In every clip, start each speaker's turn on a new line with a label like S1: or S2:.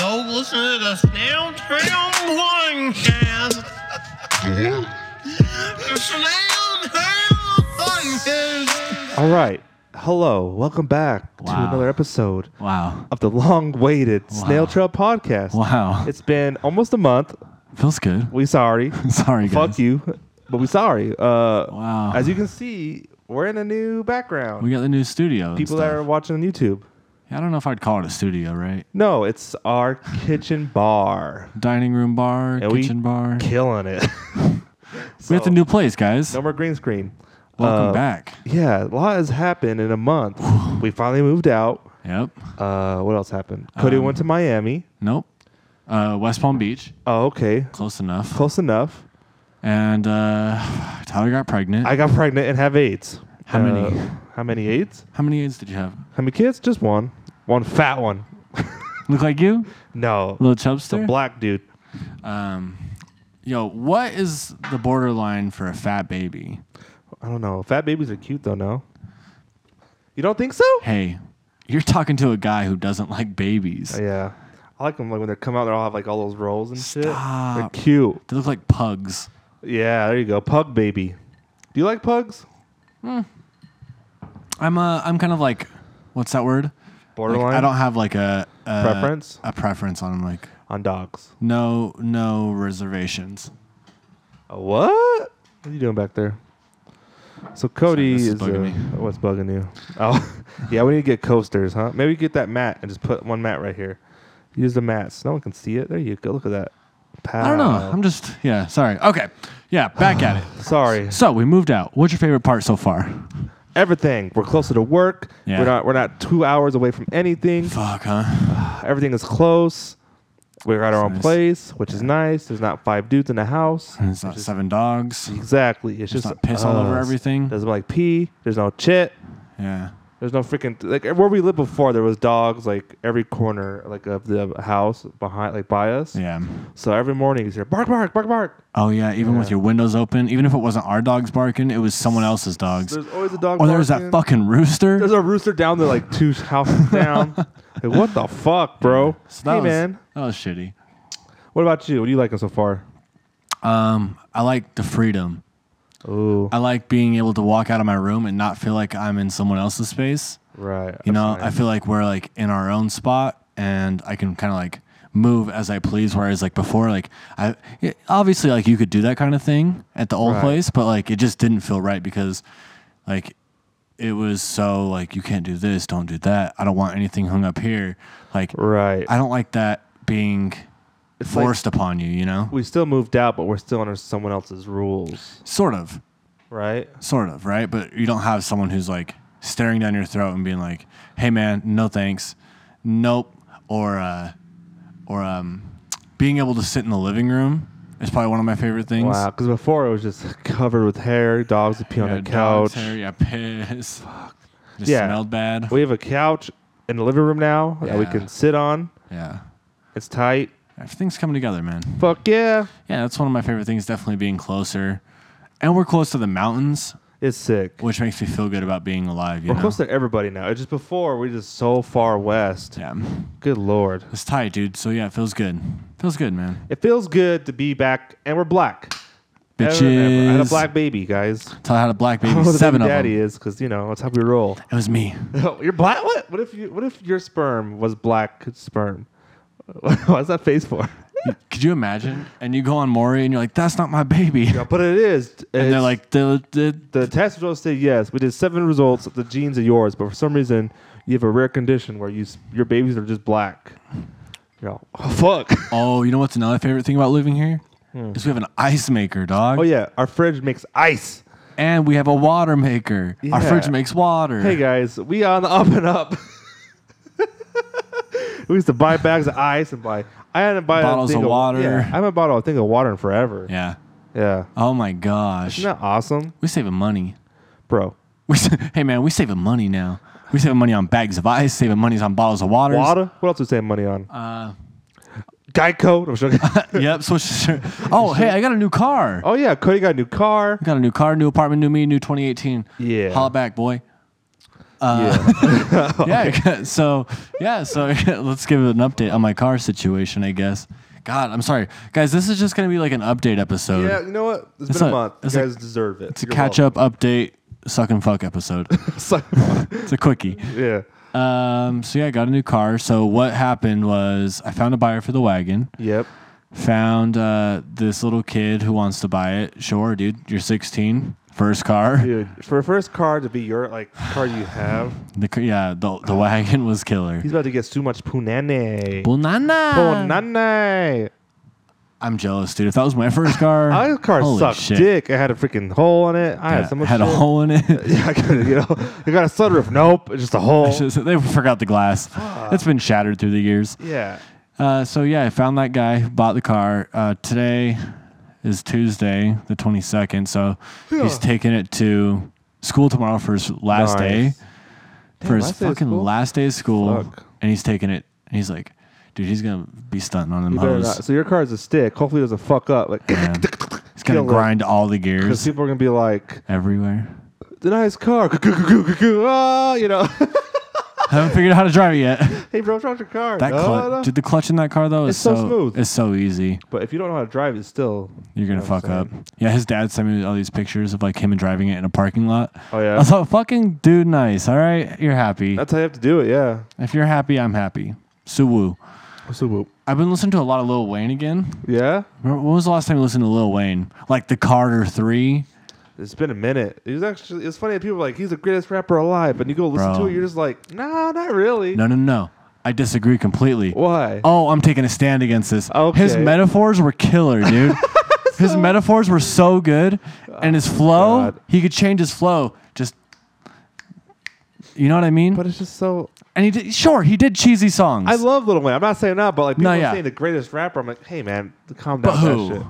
S1: Go listen to the Snail Trail Podcast. The Snail Trail Podcast.
S2: All right. Hello. Welcome back to
S3: Wow.
S2: another episode
S3: Wow.
S2: of the long awaited Snail Trail Podcast.
S3: Wow.
S2: It's been almost a month.
S3: Feels good.
S2: We sorry.
S3: Sorry, guys.
S2: Fuck you. But we sorry. Uh,
S3: Wow.
S2: As you can see, we're in a new background.
S3: We got the new studio. and
S2: People that are
S3: stuff.
S2: watching on YouTube.
S3: I don't know if I'd call it a studio, right?
S2: No, it's our kitchen bar.
S3: Dining room bar,
S2: And we
S3: kitchen bar.
S2: Killing it.
S3: we have
S2: So,
S3: the new place, guys.
S2: No more green screen.
S3: Welcome
S2: uh,
S3: back.
S2: Yeah, a lot has happened in a month. we finally moved out.
S3: Yep.
S2: Uh, what else happened? Cody
S3: Um,
S2: went to Miami.
S3: Nope. Uh, West Palm Beach.
S2: Oh, okay.
S3: Close enough.
S2: Close enough.
S3: And uh, Tyler got pregnant.
S2: I got pregnant and have AIDS. Uh,
S3: How many?
S2: How many AIDS?
S3: How many AIDS did you have?
S2: How many kids? Just one. One fat one.
S3: Look like you?
S2: No.
S3: Little
S2: it's a
S3: chubster?
S2: black dude.
S3: um, yo, what is the borderline for a fat baby?
S2: I don't know. Fat babies are cute though, no? You don't think so?
S3: Hey, you're talking to a guy who doesn't like babies.
S2: Yeah. I like them like when they come out, they all have like all those rolls and shit. They're
S3: Stop.
S2: cute.
S3: They look like pugs.
S2: Yeah, there you go. Pug baby. Do you like pugs?
S3: I'm uh, I'm kind of like, what's that word? Like,
S2: Borderline
S3: I don't have uh, like a, a
S2: Preference?
S3: A preference on like
S2: on dogs.
S3: no no reservations.
S2: Uh, What? What are you doing back there? So Cody
S3: this is
S2: is
S3: bugging
S2: uh,
S3: me.
S2: what's bugging you? Oh, yeah, we need to get coasters, huh? Maybe get that mat and just put one mat right here. Use the mats. No one can see it. There you go. Look at that.
S3: I don't know.
S2: Uh.
S3: I'm just yeah. Sorry. Okay. Yeah. Back at it.
S2: sorry.
S3: So we moved out. What's your favorite part so far?
S2: Everything. We're closer to work.
S3: Yeah.
S2: We're not. We're not two hours away from anything.
S3: Fuck, huh?
S2: Everything is close. We're at our own
S3: nice.
S2: place, which is nice. There's not five dudes in the house.
S3: It's not seven dogs.
S2: Exactly. It's just
S3: not piss all over
S2: us.
S3: everything.
S2: Doesn't like pee. There's no chit.
S3: Yeah.
S2: There's no freaking like where we lived before. There was dogs like every corner like of the house behind like by us.
S3: Yeah.
S2: So every morning you hear bark bark bark bark.
S3: Oh yeah. Even with your windows open, even if it wasn't our dogs barking, it was someone else's dogs.
S2: There's always a dog.
S3: Or there was
S2: barking.
S3: that fucking rooster.
S2: There's a rooster down there like two houses down. Like, what the fuck, bro?
S3: So that
S2: hey
S3: was,
S2: man,
S3: That was shitty.
S2: what about you? What do you liking so far?
S3: Um, I like the freedom.
S2: Ooh,
S3: I like being able to walk out of my room and not feel like I'm in someone else's space.
S2: right.
S3: You know,
S2: that's
S3: I
S2: nice.
S3: feel like we're like in our own spot and I can kind of like move as I please. Whereas like before, like I yeah, obviously like you could do that kind of thing at the old
S2: Right.
S3: place, but like it just didn't feel right because like it was so like you can't do this, don't do that. I don't want anything hung up here. Like
S2: right.
S3: I don't like that being
S2: It's like-
S3: forced upon you. You know,
S2: we still moved out, but we're still under someone else's rules,
S3: sort of.
S2: right?
S3: sort of right but you don't have someone who's like staring down your throat and being like hey man no thanks nope or uh or um being able to sit in the living room is probably one of my favorite things
S2: Wow, because before it was just covered with hair, dogs would pee on
S3: yeah,
S2: the
S3: dogs,
S2: couch.
S3: hair, yeah piss Fuck. just
S2: Yeah.
S3: smelled bad
S2: We have a couch in the living room now that we
S3: Yeah.
S2: can sit on.
S3: yeah
S2: It's tight.
S3: everything's coming together man
S2: Fuck yeah.
S3: yeah that's one of my favorite things definitely being closer and we're close to the mountains
S2: It's sick.
S3: which makes me feel good about being alive you
S2: We're
S3: know
S2: close to everybody now. It's just before we just so far west.
S3: yeah
S2: Good lord.
S3: it's tight dude so yeah it feels good feels good man
S2: It feels good to be back and we're black. Better
S3: Bitches.
S2: than ever. I had a black baby, guys.
S3: Tell how to black
S2: I don't
S3: baby
S2: know who the
S3: seven
S2: baby
S3: of them.
S2: daddy is because you know that's how we roll.
S3: It was me.
S2: You're black. What? What if you? What if your sperm was black sperm? What's that face for?
S3: Could you imagine? And you go on Maury and you're like, that's not my baby.
S2: Yeah, but it is.
S3: And they're like, the, the,
S2: The test results say yes. We did seven results. The genes are yours, but for some reason, you have a rare condition where you s- your babies are just black. You're all, oh, fuck.
S3: oh, you know what's another favorite thing about living here? Is we have an ice maker, dog.
S2: Hmm. Oh yeah, our fridge makes ice.
S3: And we have a water maker.
S2: Yeah.
S3: Our fridge makes water.
S2: Hey guys, we on the up and up. we used to buy bags of ice and buy. I hadn't buy
S3: Bottles
S2: a thing
S3: of water.
S2: yeah, I haven't bought a thing of water in forever. Yeah.
S3: Yeah. Oh my gosh.
S2: Isn't that awesome,
S3: We saving money.
S2: bro?
S3: We, sa- hey man, we saving money now. We saving money on bags of ice, saving money on bottles of water.
S2: Water. What else we save money on? Uh, Geico. I'm joking.
S3: yep. Switch. to- Oh, hey, I got a new car.
S2: oh yeah, Cody got a new car.
S3: Got a new car, new apartment, new me, new 2018.
S2: Yeah.
S3: Holla back, boy. Uh,
S2: yeah.
S3: yeah. So yeah. So let's give it an update on my car situation, I guess. God, I'm sorry, guys. This is just gonna be like an update episode.
S2: yeah, you know what? It's,
S3: It's
S2: been a,
S3: a-
S2: month. You
S3: it's a-
S2: guys deserve it.
S3: It's a catch up update, suck and fuck episode. it's a quickie.
S2: oh, yeah.
S3: Um. So yeah, I got a new car. So what happened was I found a buyer for the wagon.
S2: Yep.
S3: Found uh, this little kid who wants to buy it. Sure, dude. You're 16. First car.
S2: Dude, for a first car to be your like car you have,
S3: The c- yeah, the, the wagon was killer.
S2: he's about to get so much punane.
S3: Bonana.
S2: Punane.
S3: I'm jealous, dude. If that was my first car,
S2: My car
S3: holy
S2: sucked
S3: shit.
S2: dick. I had a freaking hole in it. I
S3: Yeah,
S2: had so much
S3: had a
S2: shit.
S3: hole in it.
S2: Yeah, I got, you know, I got a sunroof. Nope, it's just a hole.
S3: So they forgot the glass. It's been shattered through the years.
S2: yeah.
S3: Uh, so yeah, I found that guy, bought the car. Uh, today is Tuesday, the 22nd. So he's taking it to school tomorrow for his last
S2: Nice.
S3: day, for his
S2: last day of
S3: fucking
S2: school?
S3: last day of school,
S2: Fuck.
S3: and he's taking it. And he's like, dude, he's gonna be stunting on them
S2: You better not.
S3: hoes.
S2: So your car is a stick. Hopefully it doesn't fuck up. Like,
S3: Oh, Yeah. He's gonna
S2: Kill it.
S3: grind all the
S2: because
S3: gears
S2: people are gonna be like,
S3: everywhere.
S2: "The nice car." Ah, you know.
S3: Haven't figured out how to drive it yet.
S2: hey, bro, drop your car.
S3: That
S2: No,
S3: clutch,
S2: no.
S3: dude, the clutch in that car though is
S2: It's so smooth.
S3: It's so easy.
S2: But if you don't know how to drive, it's still.
S3: You're gonna
S2: know what
S3: fuck
S2: I'm
S3: up. Yeah, his dad sent me all these pictures of like him and driving it in a parking lot.
S2: Oh yeah.
S3: I thought, fucking dude, nice. All right, you're happy.
S2: That's how you have to do it. Yeah.
S3: if you're happy, I'm happy. Suwoo.
S2: So whoop.
S3: I've been listening to a lot of Lil Wayne again.
S2: Yeah.
S3: Remember, when was the last time you listened to Lil Wayne? Like the Carter Three.
S2: It's been a minute. It was actually. It's funny that people are like he's the greatest rapper alive, but you go listen
S3: Bro.
S2: to it, you're just like, no, Um, not really.
S3: No, no, no. I disagree completely.
S2: Why?
S3: Oh, I'm taking a stand against this. His
S2: Okay.
S3: metaphors were killer, dude. his metaphors were so good, and his flow,
S2: Oh, God.
S3: he could change his flow. Just, you know what I mean?
S2: But it's just so.
S3: and he did, sure, he did cheesy songs.
S2: I love Little Wayne. I'm not saying that, but like people
S3: No,
S2: are
S3: yeah.
S2: saying the greatest rapper. I'm like, hey man, calm
S3: But
S2: down with
S3: who?
S2: that shit.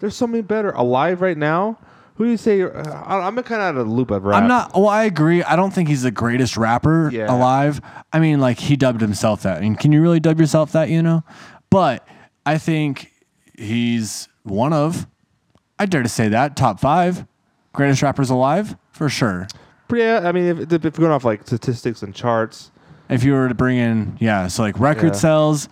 S2: There's so many better alive right now. Who do you say? You're, uh, I- I'm kind of out of the loop of rap.
S3: I'm not. Well, I agree. I don't think he's the greatest rapper
S2: Yeah.
S3: alive. I mean, like he dubbed himself that, and can you really dub yourself that? You know, but I think he's one of. I dare to say that top five greatest rappers alive for sure.
S2: Yeah, I mean, if, if we're going off like statistics and charts,
S3: If you were to bring in, yeah, so like record
S2: Yeah.
S3: sales.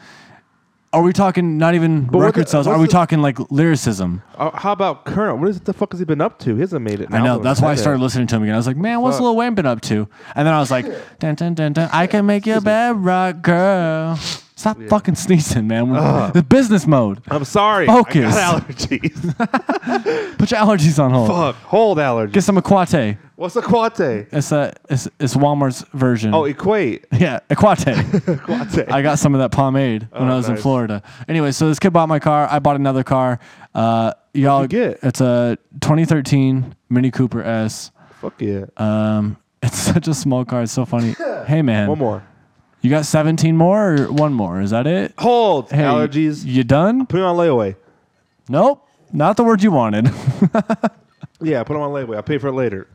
S3: Are we talking not even
S2: what
S3: record
S2: the-
S3: sales? Are
S2: what's
S3: we
S2: the-
S3: talking like lyricism?
S2: uh, how about current? What is the fuck has he been up to? He hasn't made it.
S3: I know. That's why I started listening to him again. I was like, man, what's
S2: Fuck.
S3: Lil Wayne been up to? And then I was like, dun, dun, dun, dun, I can make you a bad rock girl. Stop fucking sneezing, man. We're The business mode.
S2: I'm sorry.
S3: Focus.
S2: I got allergies.
S3: Put your allergies on hold.
S2: fuck. Hold allergies.
S3: Get some Aquate.
S2: What's a quate?
S3: It's a it's, it's Walmart's version.
S2: Oh, equate.
S3: yeah, Aquate.
S2: Quate.
S3: I got some of that pomade when
S2: Oh,
S3: I was in
S2: nice.
S3: Florida. Anyway, so this kid bought my car. I bought another car. Uh, y'all
S2: you get?
S3: It's a 2013 Mini Cooper S.
S2: fuck yeah.
S3: Um, it's such a small car. It's so funny. Hey man,
S2: One more.
S3: You got 17 more or one more? Is that it?
S2: Hold
S3: Hey,
S2: allergies.
S3: You done?
S2: Put it on layaway.
S3: Nope. Not the word you wanted.
S2: Yeah, put it on layaway. I'll pay for it later.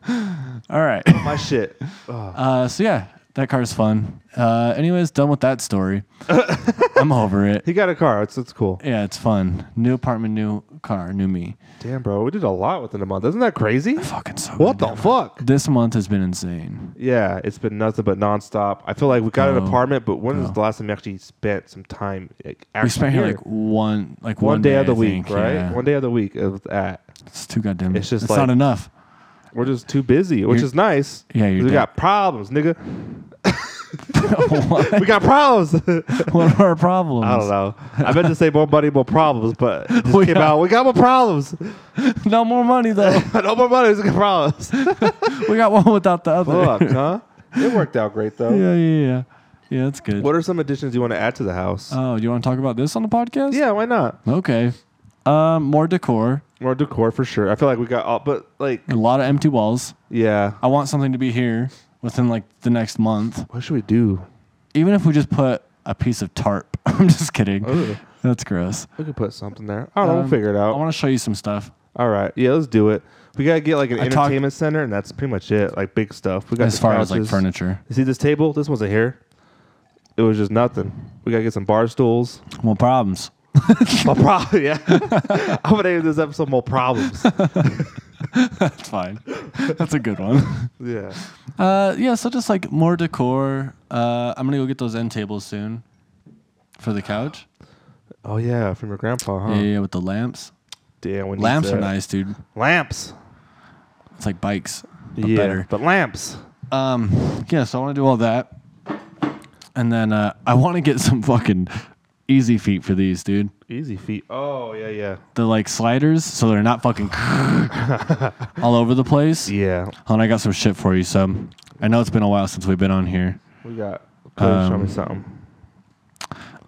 S3: All right.
S2: My shit.
S3: Uh, so, yeah, that car's fun. Uh, anyways, done with that story. I'm over it.
S2: He got a car. It's, it's cool.
S3: Yeah, it's fun. New apartment, new car, new me.
S2: Damn, bro. We did a lot within a month. Isn't that crazy?
S3: Fucking so
S2: What the
S3: goddamn-
S2: fuck?
S3: This month has been insane.
S2: Yeah, it's been nothing but nonstop. I feel like we got
S3: Oh,
S2: an apartment, but when was
S3: no.
S2: the last time we actually spent some time? Like,
S3: We
S2: actually
S3: spent here like one, like
S2: one, day, of the
S3: I
S2: week,
S3: think,
S2: right?
S3: yeah.
S2: One day of the week of that.
S3: It's too goddamn. It's
S2: It's just
S3: just it's
S2: like-
S3: not enough.
S2: We're just too busy, which
S3: You're-
S2: is nice.
S3: Yeah, you're
S2: 'cause we
S3: dead.
S2: got problems, nigga.
S3: what?
S2: We got problems.
S3: what are our problems?
S2: I don't know. I meant to say more money, more problems, but it just
S3: We
S2: came
S3: got-
S2: out. We got more problems.
S3: No more money though.
S2: no more money. We got problems.
S3: we got one without the other.
S2: Fuck, huh? It worked out great though.
S3: yeah, yeah, yeah. Yeah, that's good.
S2: What are some additions you want to add to the house?
S3: oh, you want to talk about this on the podcast?
S2: yeah, why not?
S3: Okay. Um, more decor,
S2: More decor for sure. I feel like we got all, but like,
S3: a lot of empty walls.
S2: yeah.
S3: I want something to be here within like the next month.
S2: What should we do?
S3: Even if we just put a piece of tarp. I'm just kidding.
S2: Ooh.
S3: That's gross.
S2: We could put something there. I don't know.
S3: Uh,
S2: We'll
S3: Um,
S2: figure it
S3: I
S2: out.
S3: want to show you some stuff.
S2: All right. Yeah, let's do it. We gotta get like an
S3: I talked-
S2: entertainment center, and that's pretty much it. Like big stuff. We got
S3: as
S2: the
S3: far as like
S2: couches.
S3: furniture,
S2: You see this table? This wasn't here. It was just nothing. We gotta get some bar stools.
S3: more problems.
S2: More problems. Yeah. I'm gonna name this episode more problems.
S3: That's fine. That's a good one.
S2: Yeah.
S3: Uh, yeah, so just like more decor. Uh, I'm gonna go get those end tables soon for the couch.
S2: Oh yeah, from your grandpa, huh?
S3: Yeah, yeah, with the lamps.
S2: Damn, we need
S3: Lamps
S2: that.
S3: are nice, dude.
S2: Lamps.
S3: It's like bikes, but
S2: yeah,
S3: better.
S2: but lamps.
S3: Um, yeah, so I want to do all that, and then uh, I want to get some fucking easy feet for these, dude.
S2: Easy feet. Oh yeah, yeah,
S3: They're like sliders, so they're not fucking all over the place.
S2: yeah.
S3: Hold on, I got some shit for you. So I know it's been a while since we've been on here.
S2: We got. Please show
S3: Um,
S2: me something.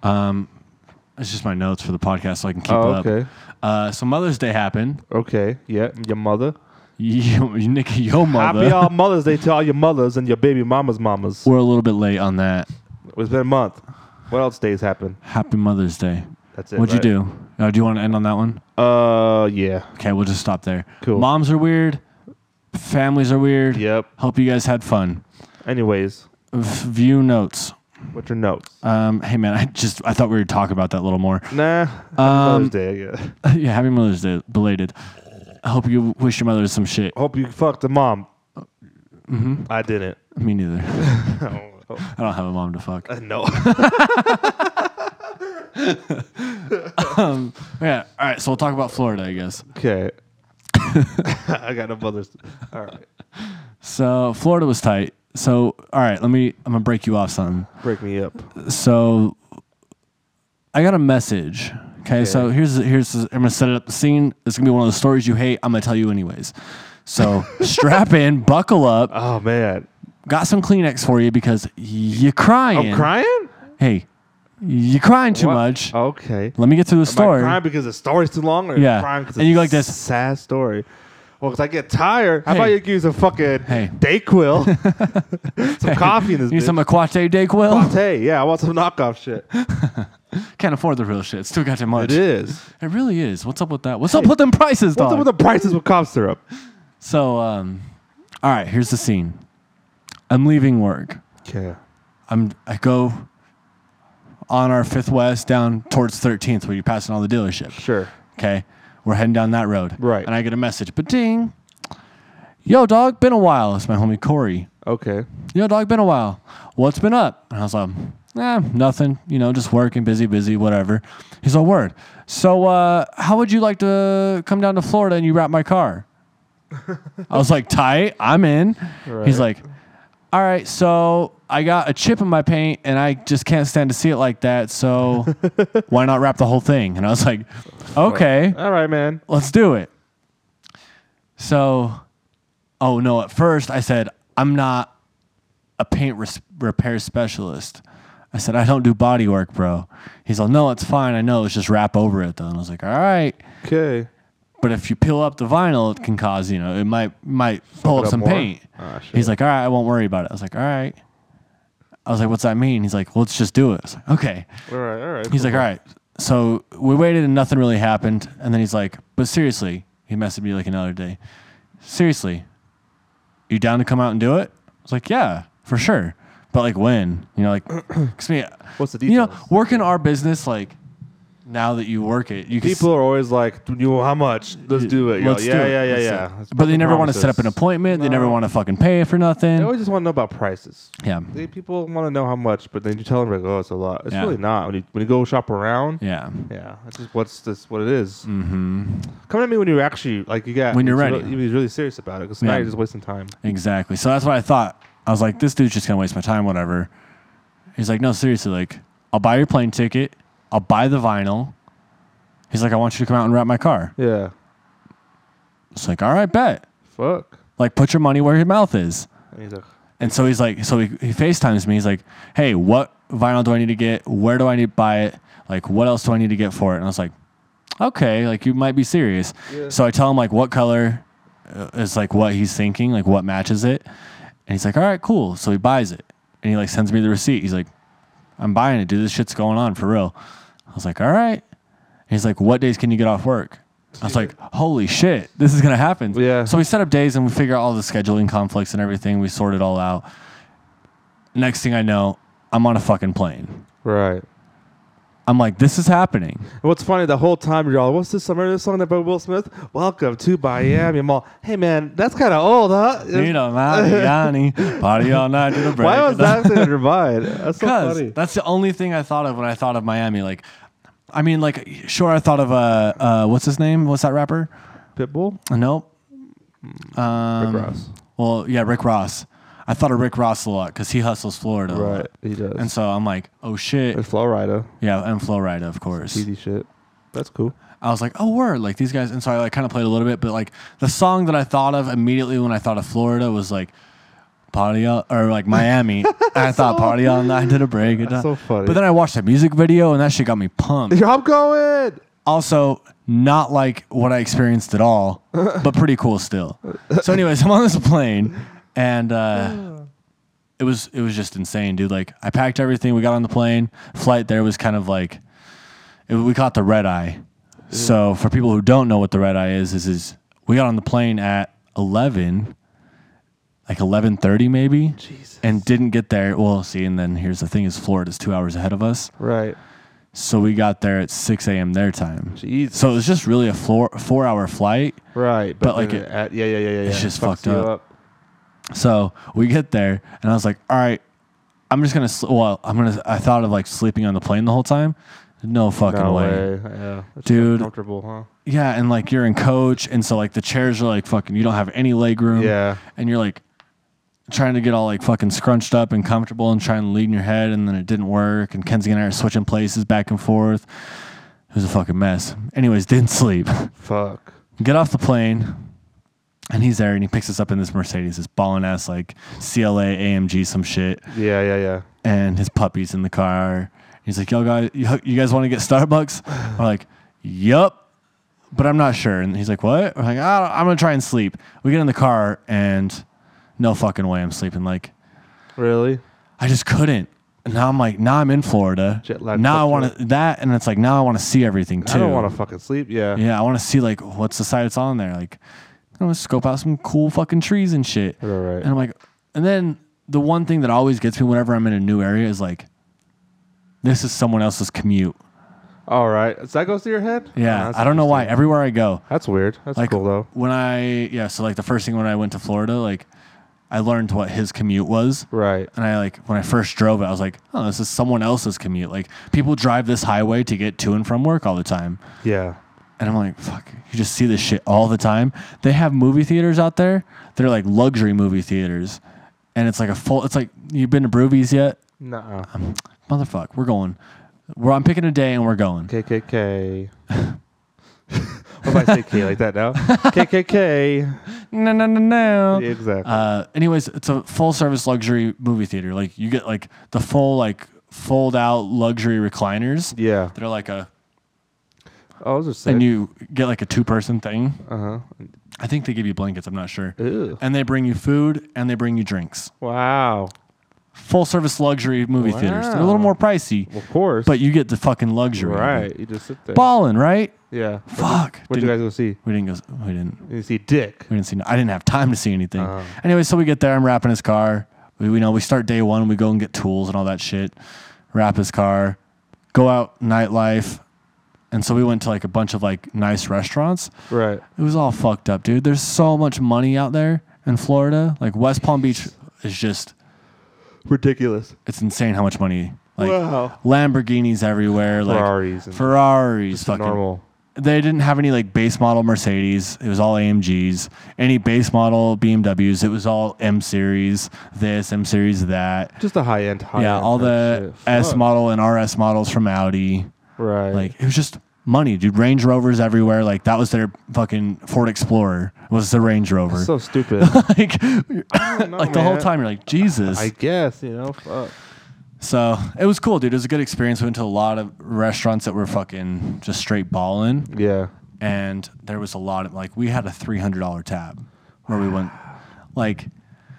S3: It's just my notes for the podcast, so I can keep
S2: Oh,
S3: up.
S2: okay.
S3: Uh, so Mother's Day happened.
S2: Okay. Yeah, your mother.
S3: You, Nikki, your
S2: Happy
S3: mother.
S2: all Mother's Day to all your mothers and your baby mamas, mamas.
S3: We're a little bit late on that.
S2: It's been a month. What else days happen?
S3: Happy Mother's Day.
S2: That's it.
S3: What'd
S2: right?
S3: you do? Uh, do you want to end on that one?
S2: Uh, yeah.
S3: Okay, we'll just stop there.
S2: Cool.
S3: Moms are weird. Families are weird.
S2: Yep.
S3: Hope you guys had fun.
S2: Anyways,
S3: V- view notes.
S2: what's your notes?
S3: Um, hey man, I just I thought we would talk about that a little more.
S2: Nah. Happy
S3: um,
S2: Mother's Day. Yeah.
S3: yeah, happy Mother's Day, belated. I hope you wish your mother some shit.
S2: Hope you fucked a mom.
S3: Mm-hmm.
S2: I didn't.
S3: Me neither.
S2: Oh, oh,
S3: I don't have a mom to fuck.
S2: no.
S3: Yeah. All right. So we'll talk about Florida, I guess.
S2: okay. I got no mothers. All right.
S3: So Florida was tight. So all right, let me. I'm gonna break you off something.
S2: Break me up.
S3: So I got a message. Okay. So here's here's. I'm gonna set it up the scene. It's gonna be one of the stories you hate. I'm gonna tell you anyways. So strap in, buckle up.
S2: Oh man,
S3: Got some Kleenex for you because you're crying.
S2: I'm crying.
S3: Hey, you're crying too
S2: What?
S3: much.
S2: Okay.
S3: Let me get through
S2: Am I
S3: the story.
S2: crying because the story's too long, or
S3: Yeah.
S2: crying because
S3: And
S2: it's
S3: you go like this.
S2: a sad story. Well, because I get tired. How
S3: Hey.
S2: about you give me some fucking
S3: Hey.
S2: Dayquil, some coffee in this
S3: Need
S2: bitch.
S3: some Aquate Dayquil?
S2: Latte. Yeah, I want some knockoff shit.
S3: Can't afford the real shit. It's Still got too much.
S2: It is.
S3: It really is. What's up with that? What's up with them
S2: What's
S3: prices, dog?
S2: up with the prices with cough syrup?
S3: so, um, all right, here's the scene. I'm leaving work.
S2: Okay.
S3: I'm I go on our Fifth West down towards 13th, where you're passing all the dealerships.
S2: Sure.
S3: Okay, we're heading down that road.
S2: Right.
S3: And I get a message. But ding, yo, dog, been a while. It's my homie Corey.
S2: Okay.
S3: Yo, dog, been a while. What's been up? And I was like, eh, nothing. You know, just working, busy, busy, whatever. He's like, word. So, uh, how would you like to come down to Florida and you wrap my car? I was like, tight, I'm in. He's
S2: Right.
S3: like, all right, so I got a chip in my paint and I just can't stand to see it like that. So, why not wrap the whole thing? And I was like, okay
S2: All right, man.
S3: let's do it. So, oh no, at first I said, I'm not a paint res- repair specialist. I said, I don't do body work, bro. He's like, no, it's fine. I know. It's just wrap over it, though. And I was like, all right.
S2: Okay.
S3: But if you peel up the vinyl, it can cause, you know, it might might pull
S2: it
S3: up
S2: up
S3: some
S2: more?
S3: paint.
S2: Ah, shit.
S3: He's like, all right, I won't worry about it. I was like, all right. I was like, what's that mean? He's like, let's just do it. I was like, okay.
S2: All right. All right.
S3: He's like, all right. So we waited and nothing really happened. And then he's like, but seriously, he messaged me like another day. Seriously, you down to come out and do it? I was like, yeah, for sure. But like when? You know, like, 'cause me,
S2: What's the
S3: you know,
S2: details?
S3: working our business, like now that you work it, you can s-
S2: People are always like, "Do you know how much? Let's do it. Yo,
S3: let's
S2: yeah,
S3: do it.
S2: yeah, yeah,
S3: Let's do
S2: yeah,
S3: it.
S2: Let's
S3: But they
S2: fucking
S3: never want to
S2: promise
S3: set up an
S2: us.
S3: appointment. They never
S2: No.
S3: want to fucking pay for nothing.
S2: They always just want to know about prices.
S3: yeah.
S2: They, people want to know how much, but then you tell them like, "Oh, it's a lot." It's
S3: Yeah.
S2: really not. When you when you go shop around,
S3: Yeah.
S2: Yeah, that's just what's this what it Mm-hmm. Come at me when you're actually like you got
S3: When you're
S2: it's
S3: ready.
S2: Really, you're really serious about it because now
S3: Yeah.
S2: you're just wasting time.
S3: Exactly. So that's what I thought. I was like, this dude's just gonna waste my time, whatever. He's like, no, seriously, like, I'll buy your plane ticket, I'll buy the vinyl. He's like, I want you to come out and wrap my car.
S2: Yeah,
S3: It's like, all right, bet.
S2: fuck.
S3: Like, put your money where your mouth is.
S2: And he's like,
S3: And so he's like, so he, he FaceTimes me. He's like, hey, what vinyl do I need to get? Where do I need to buy it? Like, what else do I need to get for it? And I was like, okay, like, you might be serious.
S2: Yeah.
S3: So I tell him, like, what color uh, is like what he's thinking, like, what matches it. And he's like, all right, cool. So he buys it and he like sends me the receipt. He's like, I'm buying it, dude. This shit's going on for real. I was like, all right. And he's like, what days can you get off work? I was like, holy shit, this is gonna happen.
S2: Yeah.
S3: So we set up days and we figure out all the scheduling conflicts and everything. We sort it all out. Next thing I know, I'm on a fucking plane.
S2: right.
S3: I'm like, this is happening.
S2: What's funny, the whole time you're all, what's this summer? This song about Will Smith? Welcome to Miami Mall. Hey, man, that's kind of old, huh?
S3: You know, Yanni, party all night to the break.
S2: Why was
S3: of dawn.
S2: that in your mind? That's so
S3: Because
S2: funny.
S3: that's the only thing I thought of when I thought of Miami. Like, I mean, like, sure, I thought of uh, uh what's his name? What's that rapper?
S2: Pitbull?
S3: Nope.
S2: Rick
S3: Um,
S2: Ross.
S3: Well, yeah, Rick Ross. I thought of Rick Ross a lot because he hustles Florida, a lot.
S2: Right, he does.
S3: And so I'm like, oh shit,
S2: And Florida.
S3: yeah, and Florida, of course.
S2: Easy shit. That's cool.
S3: I was like, oh word, like these guys. And so I like kind of played a little bit, but like the song that I thought of immediately when I thought of Florida was like party all, or like Miami. And I thought party all night to the break. of
S2: That's
S3: dawn."
S2: so funny.
S3: But then I watched that music video and that shit got me pumped.
S2: I'm going.
S3: also not like what I experienced at all, but pretty cool still. So, anyways, I'm on this plane, and uh, it was it was just insane, dude. Like I packed everything. We got on the plane. Flight there was kind of like it, we caught the red eye. So for people who don't know what the red eye is, is is we got on the plane at eleven, like eleven thirty maybe,
S2: Jesus.
S3: and didn't get there. Well, see, and then here's the thing: is Florida's two hours ahead of us.
S2: Right.
S3: So we got there at 6 a.m. their time.
S2: Jesus.
S3: So it was just really a four, four hour flight.
S2: Right.
S3: But, like,
S2: then
S3: it-
S2: at- yeah, yeah, yeah, yeah.
S3: it's
S2: yeah.
S3: just
S2: Fucks
S3: fucked
S2: you
S3: up. So we get there, and I was like, all right, I'm just going to, sl- well, I'm going to, I thought of like sleeping on the plane the whole time. No fucking Mm.
S2: No
S3: way.
S2: way. Yeah. That's
S3: Dude.
S2: Comfortable, huh?
S3: Yeah. And like you're in coach, and so like the chairs are like fucking, you don't have any leg room.
S2: Yeah.
S3: And you're like trying to get all like fucking scrunched up and comfortable and trying to lean your head, and then it didn't work. And Kenzie and I are switching places back and forth. It was a fucking mess. Anyways, didn't sleep.
S2: Fuck.
S3: get off the plane and he's there and he picks us up in this mercedes this ballin ass like cla amg some shit
S2: Yeah, yeah, yeah.
S3: and his puppy's in the car he's like yo guys you you guys want to get starbucks i'm like yup but i'm not sure and he's like what i'm like I don't- i'm gonna try and sleep we get in the car and no fucking way i'm sleeping like
S2: Really?
S3: i just couldn't and now i'm like now i'm in florida
S2: Jet lag
S3: now i
S2: fucked
S3: want to that and it's like now i want to see everything too
S2: I don't want to fucking sleep. Yeah.
S3: yeah, I want to see like what's the side that's on there. Like, I want to scope out some cool fucking trees and shit.
S2: Right, right.
S3: And I'm like, and then the one thing that always gets me whenever I'm in a new area is like, this is someone else's commute.
S2: All right. Does that go through your head? Oh,
S3: Yeah,
S2: that's
S3: I don't know why.
S2: interesting.
S3: Everywhere I go,
S2: That's weird. That's
S3: like
S2: cool though.
S3: when I yeah, so like the first thing when I went to Florida, like I learned what his commute was.
S2: Right.
S3: And I like when I first drove it, I was like, oh, this is someone else's commute. Like people drive this highway to get to and from work all the time.
S2: Yeah.
S3: And I'm like, fuck, you just see this shit all the time. They have movie theaters out there. They're like luxury movie theaters. And it's like a full, it's like, you've been to Broovies yet?
S2: Nuh-uh.
S3: Motherfuck, we're going. We're, I'm picking a day and we're going.
S2: KKK. what if I say K like that now? KKK.
S3: No, no, no, no.
S2: Exactly.
S3: Uh, anyways, it's a full service luxury movie theater. Like you get like the full, like fold out luxury recliners.
S2: yeah.
S3: They're like a,
S2: Oh, those are sick.
S3: and you get like a two person thing.
S2: uh-huh.
S3: I think they give you blankets. I'm not sure.
S2: Ew.
S3: And they bring you food and they bring you drinks.
S2: Wow.
S3: full service luxury movie theaters. They're a little
S2: Wow.
S3: more pricey,
S2: Of course.
S3: but you get the fucking luxury. of it.
S2: right. You just sit there.
S3: Ballin', right?
S2: Yeah.
S3: Fuck.
S2: What'd you
S3: Didn't-
S2: guys go see?
S3: we didn't go. We didn't.
S2: You see Dick.
S3: We didn't see. I didn't have time to see anything.
S2: Uh-huh.
S3: Anyway, so we get there. I'm wrapping his car. We, we know we start day one. We go and get tools and all that shit. Wrap his car. Go out nightlife. And so we went to like a bunch of like nice restaurants.
S2: Right.
S3: It was all fucked up, dude. There's so much money out there in Florida. Like West Palm Beach is just
S2: Ridiculous.
S3: it's insane how much money like
S2: Wow.
S3: Lamborghinis everywhere, like
S2: Ferraris and-
S3: Ferraris,
S2: The
S3: fucking.
S2: normal.
S3: They didn't have any like base model Mercedes. It was all AMGs. Any base model BMWs. It was all M series. This M series that.
S2: Just the high end. High
S3: yeah,
S2: end
S3: all
S2: type
S3: the
S2: shit.
S3: S
S2: Fuck.
S3: model and RS models from Audi.
S2: Right.
S3: Like it was just money, dude. Range Rovers everywhere. Like that was their fucking Ford Explorer was the Range Rover.
S2: so stupid.
S3: like like the whole
S2: man.
S3: time you're like Jesus.
S2: I guess you know. Fuck.
S3: So it was cool, dude. It was a good experience. We went to a lot of restaurants that were fucking just straight balling,
S2: Yeah.
S3: and there was a lot of like we had a three hundred dollar tab where we went. Like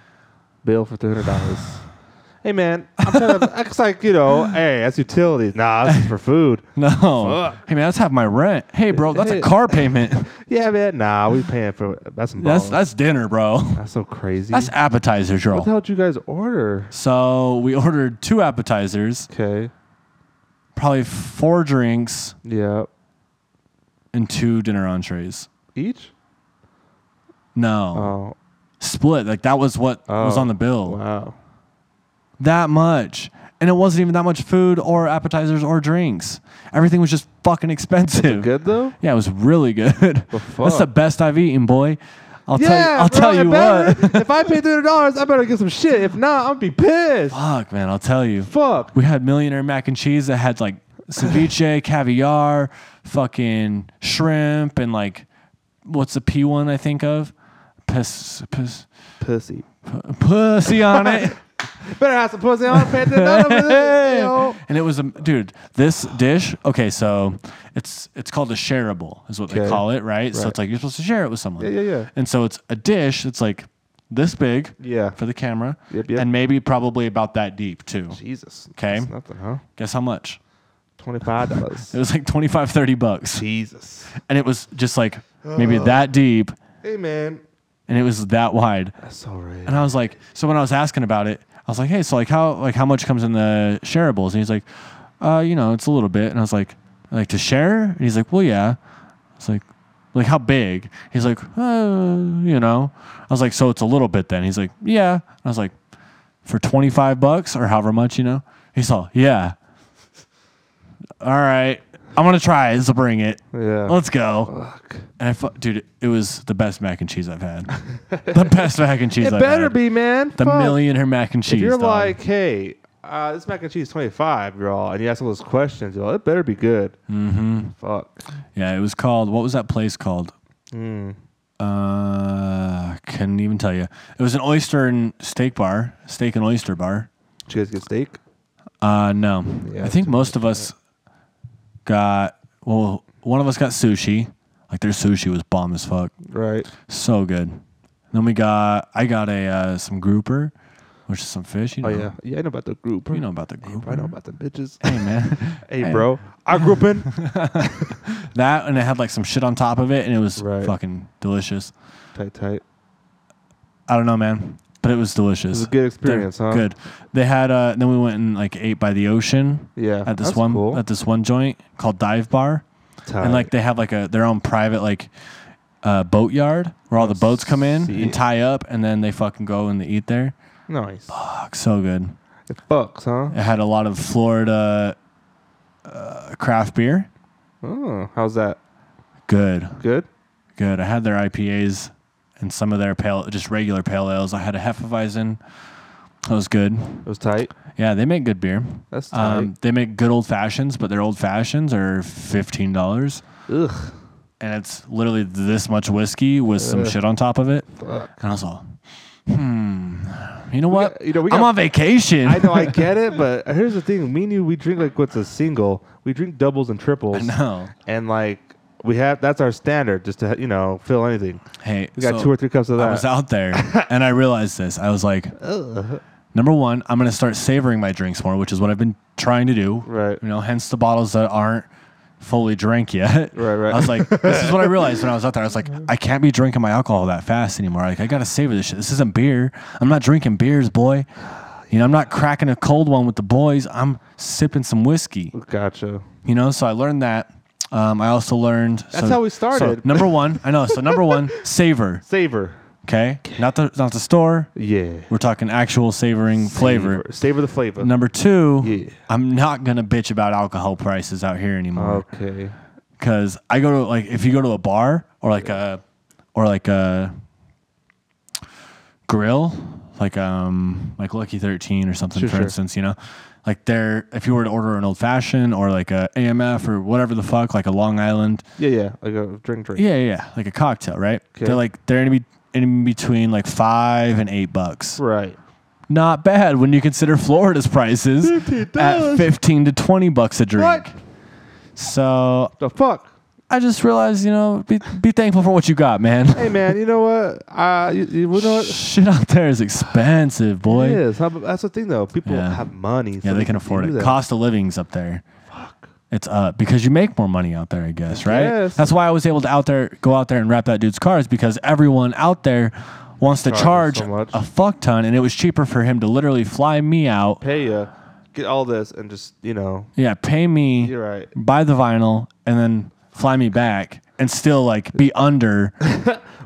S2: bill for three hundred dollars. hey man, I'm trying to. It's like you know, hey, that's utilities. Nah, this is for food.
S3: no,
S2: Fuck.
S3: hey man, that's half my rent. Hey bro, that's
S2: Hey.
S3: a car payment.
S2: Yeah, man. Nah, we paying for that's some.
S3: That's
S2: That's
S3: that's dinner, bro.
S2: that's so crazy.
S3: That's appetizers,
S2: what the
S3: y'all.
S2: hell did you guys order?
S3: So we ordered two appetizers,
S2: Okay,
S3: probably four drinks
S2: Yeah.
S3: and two dinner entrees.
S2: Each?
S3: No,
S2: Oh.
S3: split. Like that was what was
S2: Oh,
S3: on the bill.
S2: Wow.
S3: That much, and it wasn't even that much food or appetizers or drinks. Everything was just fucking expensive.
S2: Good though?
S3: Yeah, it was really good. That's
S2: fuck?
S3: the best I've eaten, boy. I'll tell you. I'll
S2: bro,
S3: tell
S2: I
S3: you
S2: better-
S3: what.
S2: if I pay three hundred dollars, I better get some shit. If not, I'm gonna be pissed.
S3: Fuck, man. I'll tell you.
S2: Fuck.
S3: We had millionaire mac and cheese that had like ceviche, caviar, fucking shrimp, and like what's the P one I think of? Piss, piss,
S2: Pussy.
S3: pussy on it.
S2: Better have some pussy. I don't pay three dollars for this. Yo.
S3: and it was a dude. This dish, okay, so it's it's called a shareable, is what they
S2: Okay.
S3: call it, right? So
S2: Right.
S3: it's like you're supposed to share it with someone.
S2: Yeah, yeah, yeah.
S3: And so it's a dish that's like this big,
S2: Yeah.
S3: for the camera,
S2: Yep, yep.
S3: and maybe probably about that deep too.
S2: Jesus.
S3: Okay.
S2: That's Nothing, huh?
S3: Guess how much?
S2: Twenty five dollars.
S3: It was like 25, 30 bucks,
S2: Jesus.
S3: and it was just like maybe that deep,
S2: Hey man.
S3: and it was that wide.
S2: That's all right.
S3: And I was like, so when I was asking about it, I was like, hey, so like how like how much comes in the shareables? And he's like, uh, you know, it's a little bit. And I was like, like to share? And he's like, well, yeah. It's like, like how big? He's like, uh, you know. I was like, so it's a little bit then. He's like, yeah. And I was like, for twenty five bucks or however much, you know. He's all, yeah. All right, I'm gonna try. it, So bring it.
S2: Yeah.
S3: Let's go.
S2: Fuck.
S3: And I, fu- dude, it was the best mac and cheese I've had. the best mac and cheese
S2: It
S3: I've
S2: better
S3: had.
S2: be, man.
S3: The
S2: Fuck.
S3: millionaire mac and cheese.
S2: If you're
S3: dog.
S2: like, hey, uh, this mac and cheese twenty five, y'all, and you ask all those questions, y'all, it better be good. Mm-hmm. Fuck.
S3: yeah, it was called. What was that place called?
S2: Hmm.
S3: Uh, couldn't even tell you. It was an oyster and steak bar, steak and oyster bar.
S2: Did you guys get steak?
S3: Uh, no,
S2: Yeah,
S3: I think most of us got. Well, one of us got sushi. Like their sushi was bomb as fuck,
S2: Right.
S3: so good. then we got. I got a uh, some grouper, which is some fish. You know,
S2: Oh yeah. Yeah, I know about the group.
S3: you know about the grouper.
S2: I know about the bitches.
S3: Hey man,
S2: Hey, bro. I grew up in.
S3: that and it had like some shit on top of it, and it was
S2: Right.
S3: fucking delicious.
S2: tight, tight.
S3: I don't know, man, but it was delicious.
S2: It was a good experience,
S3: They're
S2: huh?
S3: Good. They had. Uh, then we went and like ate by the ocean.
S2: Yeah,
S3: At this
S2: that's
S3: one
S2: cool.
S3: at this one joint called Dive Bar,
S2: Tight.
S3: and like they have like a their own private like uh, boat yard where all the boats come in
S2: sick.
S3: and tie up, and then they fucking go and they eat there.
S2: nice.
S3: Fuck, so good.
S2: It fucks, huh?
S3: It had a lot of Florida uh, craft beer.
S2: Oh, how's that?
S3: Good,
S2: Good.
S3: good. I had their IPAs and some of their pale, just regular pale ales. I had a Hefeweizen. That was good.
S2: It was tight.
S3: Yeah, they make good beer.
S2: That's tight.
S3: Um, they make good old fashions, but their old fashions are fifteen dollars,
S2: Ugh.
S3: and it's literally this much whiskey with some
S2: Ugh.
S3: shit on top of it.
S2: Fuck.
S3: And I was all, hmm, you know what?
S2: got- you know, we
S3: I'm
S2: got-
S3: on vacation.
S2: I know I get it, but here's the thing: me and you, we drink like what's a single. We drink doubles and triples.
S3: I know.
S2: And like we have, that's our standard, just to you know fill anything.
S3: Hey,
S2: We got
S3: so
S2: two or three cups of
S3: I was
S2: that.
S3: out there, and I realized this. I was like, number one, I'm gonna start savoring my drinks more, which is what I've been trying to do.
S2: Right.
S3: You know, hence the bottles that aren't fully drank yet.
S2: Right, right.
S3: I was like, this is what I realized when I was out there. I was like, I can't be drinking my alcohol that fast anymore. Like, I gotta savor this shit. This isn't beer. I'm not drinking beers, boy. You know, I'm not cracking a cold one with the boys. I'm sipping some whiskey.
S2: Gotcha.
S3: You know, so I learned that. Um, I also learned
S2: That's how we started.
S3: So number one, I know. So number one, savor.
S2: Savor.
S3: Okay, not the not the store.
S2: Yeah.
S3: We're talking actual savoring flavor.
S2: Savor, Savor the flavor.
S3: Number two,
S2: Yeah.
S3: I'm not gonna bitch about alcohol prices out here
S2: Oh.
S3: anymore.
S2: Okay.
S3: Cause I go to like if you go to a bar or like a or like a grill, like um like Lucky Thirteen or something,
S2: Sure,
S3: for
S2: sure.
S3: instance, you know, like there if you were to order an old fashioned or like a AMF or whatever the fuck, like a Long Island,
S2: Yeah, yeah. Like a drink, drink.
S3: yeah, yeah, yeah, like a cocktail, right?
S2: 'Kay.
S3: They're like they're in, be- in between like five and eight bucks.
S2: Right.
S3: Not bad when you consider Florida's prices at
S2: $15.
S3: 15 to 20 bucks a drink.
S2: What
S3: So
S2: the fuck?
S3: I just realized, you know, be, be thankful for what you got, man.
S2: Hey man, you know what? Uh, you, you know what?
S3: Shit out there is expensive, boy.
S2: It is. How- That's the thing though. People
S3: Yeah.
S2: have money.
S3: Yeah, they can afford
S2: do
S3: it.
S2: that.
S3: Cost of living's up there. It's up because you make more money out there, I guess, right?
S2: guess.
S3: That's why I was able to out there go out there and wrap that dude's car is because everyone out there wants to
S2: Charges
S3: charge
S2: so much.
S3: a fuck ton, and it was cheaper for him to literally fly me out
S2: Pay ya. get all this and just you know
S3: Yeah, pay me.
S2: You're right.
S3: Buy the vinyl and then fly me back and still like be under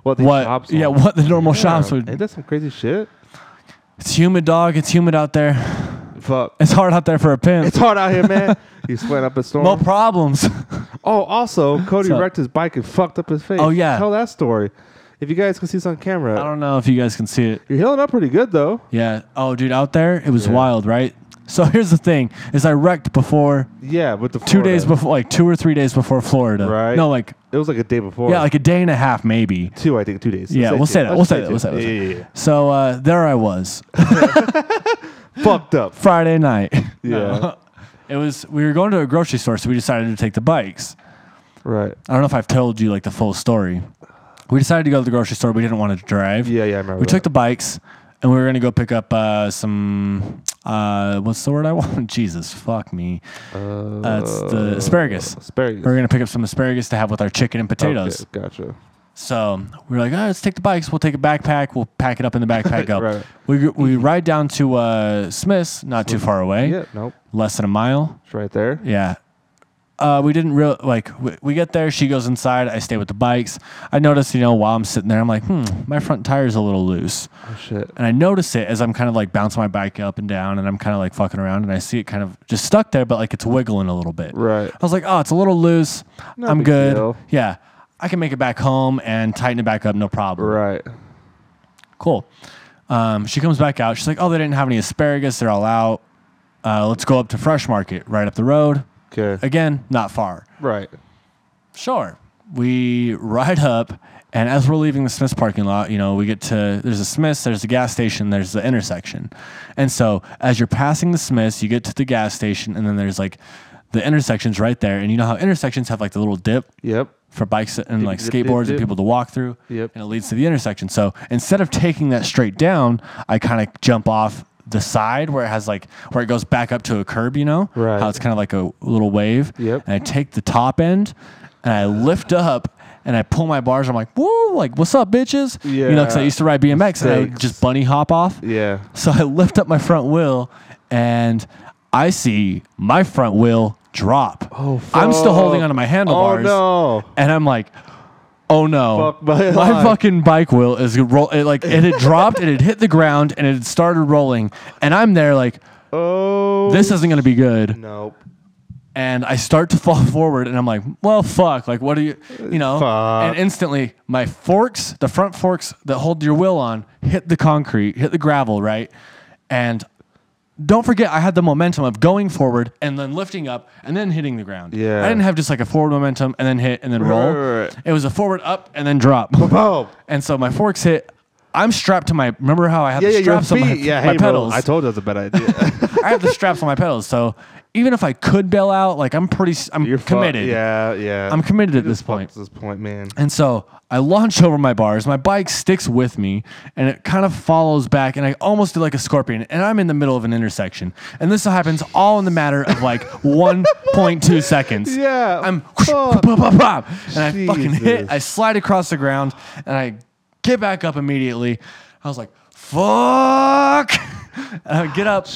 S2: what these
S3: what
S2: shops
S3: yeah,
S2: are.
S3: what the normal
S2: Yeah,
S3: shops would.
S2: Ain't that some crazy shit?
S3: It's humid, dog. It's humid out there.
S2: Fuck.
S3: It's hard out there for a pimp.
S2: It's hard out here, man. He's sweating up a storm.
S3: No problems.
S2: oh, also, Cody
S3: So-
S2: wrecked his bike and fucked up his face.
S3: Oh, yeah.
S2: Tell that story. If you guys can see this on camera,
S3: I don't know if you guys can see it.
S2: you're healing up pretty good though.
S3: Yeah. Oh, dude, out there it was
S2: Yeah.
S3: wild, right? So here's the thing: is I wrecked before
S2: Yeah, with the
S3: two days
S2: Florida.
S3: before, like two or three days before Florida.
S2: Right.
S3: No, like
S2: It was like a day before.
S3: yeah, like a day and a half maybe.
S2: two, I think, two days.
S3: Yeah, we'll
S2: two.
S3: say that.
S2: Let's
S3: We'll say
S2: two.
S3: that. We'll say that.
S2: Yeah, yeah, yeah.
S3: So uh, there I was,
S2: Fucked up.
S3: Friday night.
S2: Yeah.
S3: it was. We were going to a grocery store, so we decided to take the bikes.
S2: right.
S3: I don't know if I've told you like the full story. We decided to go to the grocery store. We didn't want to drive.
S2: Yeah, yeah, I remember.
S3: We took the bikes and we were gonna go pick up uh, some. Uh, what's the word I want? Jesus, fuck me.
S2: uh,
S3: That's the asparagus.
S2: Asparagus.
S3: We were gonna pick up some asparagus to have with our chicken and
S2: Okay,
S3: potatoes.
S2: gotcha.
S3: So we were like, oh, let's take the bikes. We'll take a backpack. We'll pack it up in the backpack. up.
S2: Right.
S3: We we ride down to uh, Smith's, not too far away,
S2: Yeah, nope.
S3: less than a mile.
S2: It's right there.
S3: Yeah. Uh, we didn't real like we, we get there. She goes inside. I stay with the bikes. I notice, you know, while I'm sitting there, I'm like, hmm, my front tire's a little loose,
S2: Oh, shit.
S3: and I notice it as I'm kind of like bouncing my bike up and down, and I'm kind of like fucking around, and I see it kind of just stuck there, but like it's wiggling a little bit.
S2: Right.
S3: I was like, oh, it's a little loose.
S2: No
S3: I'm
S2: big
S3: good.
S2: deal.
S3: Yeah, I can make it back home and tighten it back up, no problem.
S2: Right.
S3: Cool. Um, she comes back out. She's like, oh, they didn't have any asparagus. They're all out. Uh, let's go up to Fresh Market, right up the road.
S2: Okay.
S3: Again, not far.
S2: Right.
S3: Sure. We ride up, and as we're leaving the Smith's parking lot, you know, we get to there's a Smith's, there's a gas station, there's the intersection. And so as you're passing the Smith's, you get to the gas station, and then there's like the intersections right there. And you know how intersections have like the little dip
S2: Yep.
S3: for bikes and like
S2: dip, dip,
S3: skateboards and
S2: dip.
S3: people to walk through,
S2: Yep.
S3: and it leads to the intersection. So instead of taking that straight down, I kind of jump off the side where it has like where it goes back up to a curb, you know,
S2: Right.
S3: how it's kind of like a little wave.
S2: Yep.
S3: And I take the top end and I lift up and I pull my bars. I'm like, woo, like what's up, bitches? You know, because I
S2: Yeah.
S3: used to ride BMX and I would
S2: Thanks.
S3: just bunny hop off.
S2: Yeah.
S3: So I lift up my front wheel and I see my front wheel drop.
S2: Oh,
S3: I'm still holding
S2: fuck.
S3: onto my
S2: Oh,
S3: handlebars
S2: no.
S3: and I'm like, oh no,
S2: Fuck my life.
S3: fucking bike wheel is roll. It, like it had dropped, it had hit the ground, and it had started rolling, and I'm there like,
S2: Oh.
S3: this isn't gonna be good.
S2: Nope.
S3: And I start to fall forward, and I'm like, well, fuck, like what do you, you know? And
S2: Fuck.
S3: instantly, my forks, the front forks that hold your wheel on, hit the concrete, hit the gravel, right, and. Don't forget, I had the momentum of going forward and then lifting up and then hitting the ground.
S2: Yeah.
S3: I didn't have just like a forward momentum and then hit and then
S2: Right,
S3: roll.
S2: right, right.
S3: It was a forward up and then drop.
S2: Boom.
S3: And so my forks hit. I'm strapped to my. Remember how I had
S2: Yeah, yeah,
S3: the
S2: your
S3: straps
S2: feet.
S3: on my,
S2: yeah,
S3: my
S2: hey, bro,
S3: pedals?
S2: I told you that's a bad idea.
S3: I have the straps on my pedals. So even if I could bail out, like I'm pretty. s- I'm
S2: You're fucked.
S3: committed.
S2: Yeah, yeah.
S3: I'm committed at this
S2: Fuck
S3: point.
S2: this point, man.
S3: And so I launch over my bars. My bike sticks with me and it kind of follows back. And I almost do like a scorpion. And I'm in the middle of an intersection. And this happens all in the matter of like 1.2 seconds.
S2: Yeah,
S3: I'm
S2: fuck.
S3: pop, pop, pop, and I fucking
S2: Jesus.
S3: hit. I slide across the ground and I get back up immediately. I was like, fuck. And I get up.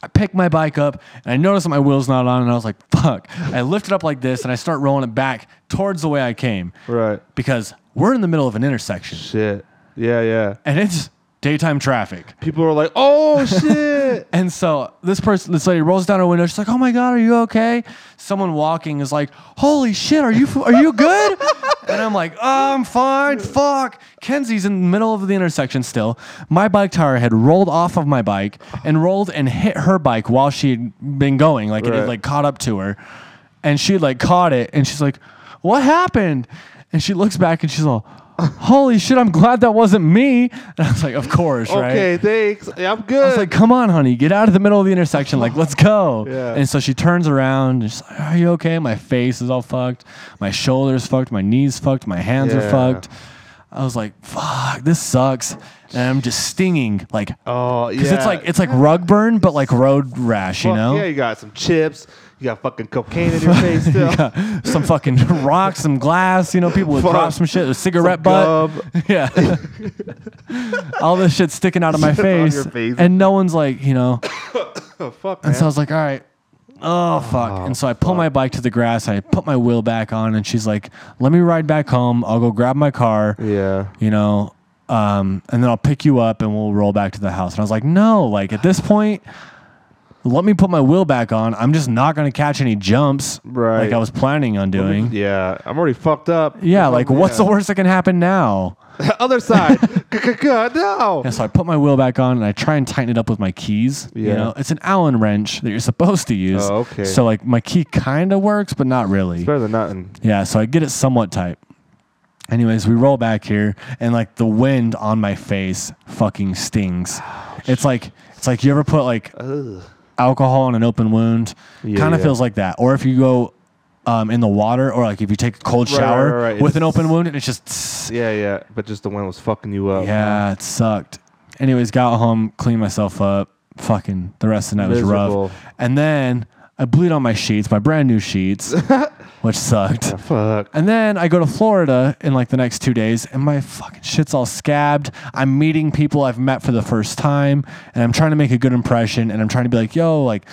S3: I pick my bike up and I notice that my wheel's not on, and I was like, fuck. I lift it up like this and I start rolling it back towards the way I came
S2: Right.
S3: because we're in the middle of an intersection
S2: Shit. Yeah, yeah.
S3: and it's daytime traffic.
S2: People are like, oh, shit.
S3: And so this person, this lady rolls down her window. She's like, "Oh my god, are you okay?" Someone walking is like, "Holy shit, are you f- are you good?" and I'm like, "Oh, I'm fine. Fuck." Kenzie's in the middle of the intersection still. My bike tire had rolled off of my bike and rolled and hit her bike while she had been going. Like it had
S2: Right.
S3: like caught up to her, and she like caught it and she's like, "What happened?" And she looks back and she's all. Holy shit! I'm glad that wasn't me. And I was like, "Of course, right?"
S2: Okay, thanks. Yeah, I'm good.
S3: I was like, come on, honey, get out of the middle of the intersection. Like, let's go.
S2: Yeah.
S3: And so she turns around and she's like, are you okay? My face is all fucked. My shoulder's fucked. My knee's fucked. My hands are
S2: Yeah.
S3: fucked. I was like, fuck, this sucks. And I'm just stinging. Like,
S2: oh, yeah.
S3: because it's like, it's like rug burn, but like road rash, you
S2: Fuck
S3: know?
S2: Yeah, you got some chips. You got fucking cocaine in your face still.
S3: some fucking rocks, some glass. You know, people would drop
S2: Fuck.
S3: some shit, a cigarette
S2: Some
S3: butt.
S2: gum.
S3: Yeah. All this shit sticking out of my
S2: Shit on
S3: face,
S2: your face.
S3: And no one's like, you know.
S2: Oh, fuck,
S3: And
S2: man.
S3: so I was like, all right. Oh, fuck. and so I pull my bike to the grass. I put my wheel back on. And she's like, let me ride back home. I'll go grab my car,
S2: yeah.
S3: you know, um, and then I'll pick you up and we'll roll back to the house. And I was like, no, like at this point, let me put my wheel back on. I'm just not going to catch any jumps like
S2: Right.
S3: I was planning on doing.
S2: Yeah. I'm already fucked up.
S3: Yeah, like what's the
S2: Yeah.
S3: worst that can happen now?
S2: other side? God, no.
S3: And so I put my wheel back on and I try and tighten it up with my keys. You
S2: Yeah.
S3: know, it's an Allen wrench that you're supposed to use.
S2: Oh, okay.
S3: So like my key kind of works, but not really.
S2: It's better than nothing.
S3: Yeah, so I get it somewhat tight. Anyways, we roll back here and like the wind on my face fucking stings. It's like it's like you ever put like alcohol on an open wound?
S2: Yeah,
S3: kind of
S2: yeah.
S3: feels like that. Or if you go um, in the water or like if you take a cold
S2: Right,
S3: shower
S2: right, right, right.
S3: with an
S2: It's-
S3: open wound and it's just
S2: Yeah, yeah. But just the wind was fucking you up.
S3: yeah, it sucked. Anyways, got home, cleaned myself up. Fucking the rest of the night
S2: Miserable.
S3: was rough. And then I bleed on my sheets, my brand new sheets, which sucked.
S2: Fuck.
S3: And then I go to Florida in like the next two days, and my fucking shit's all scabbed. I'm meeting people I've met for the first time, and I'm trying to make a good impression, and I'm trying to be like, yo, like,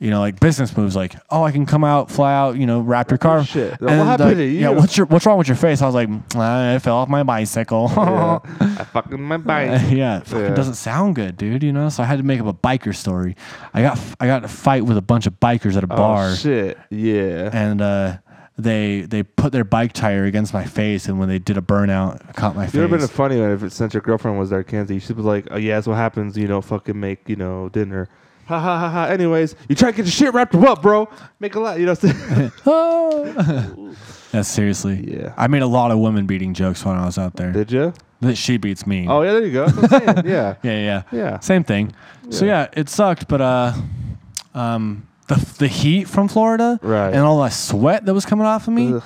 S3: you know, like business moves, like, oh, I can come out, fly out, you know, wrap your car.
S2: Oh, shit.
S3: And
S2: What happened
S3: like,
S2: to
S3: Yeah,
S2: you?
S3: what's your what's wrong with your face? I was like, "Ah, I fell off my bicycle.
S2: Oh, Yeah. I fucking my bike.
S3: yeah, it fucking
S2: Yeah.
S3: doesn't sound good, dude. You know, so I had to make up a biker story. I got I got in a fight with a bunch of bikers at a bar,
S2: Oh, shit. Yeah.
S3: and uh, they they put their bike tire against my face, and when they did a burnout, it caught my
S2: You would have been
S3: face.
S2: a funny one if it, since your girlfriend was there, Kenzie. You should be like, oh, yeah, that's what happens. You know, fucking make, you know, dinner. Ha ha ha ha. Anyways, you try to get your shit wrapped up, bro. Make a lot, you know.
S3: Oh. yeah, seriously.
S2: Yeah.
S3: I made a lot of women beating jokes when I was out there.
S2: Did you?
S3: That she beats me.
S2: Oh, yeah, there you go. That's what I'm saying. yeah.
S3: yeah, yeah,
S2: Yeah.
S3: Same thing. So yeah, it sucked, but uh, um, the the heat from Florida,
S2: Right.
S3: and all that sweat that was coming off of me.
S2: Ugh.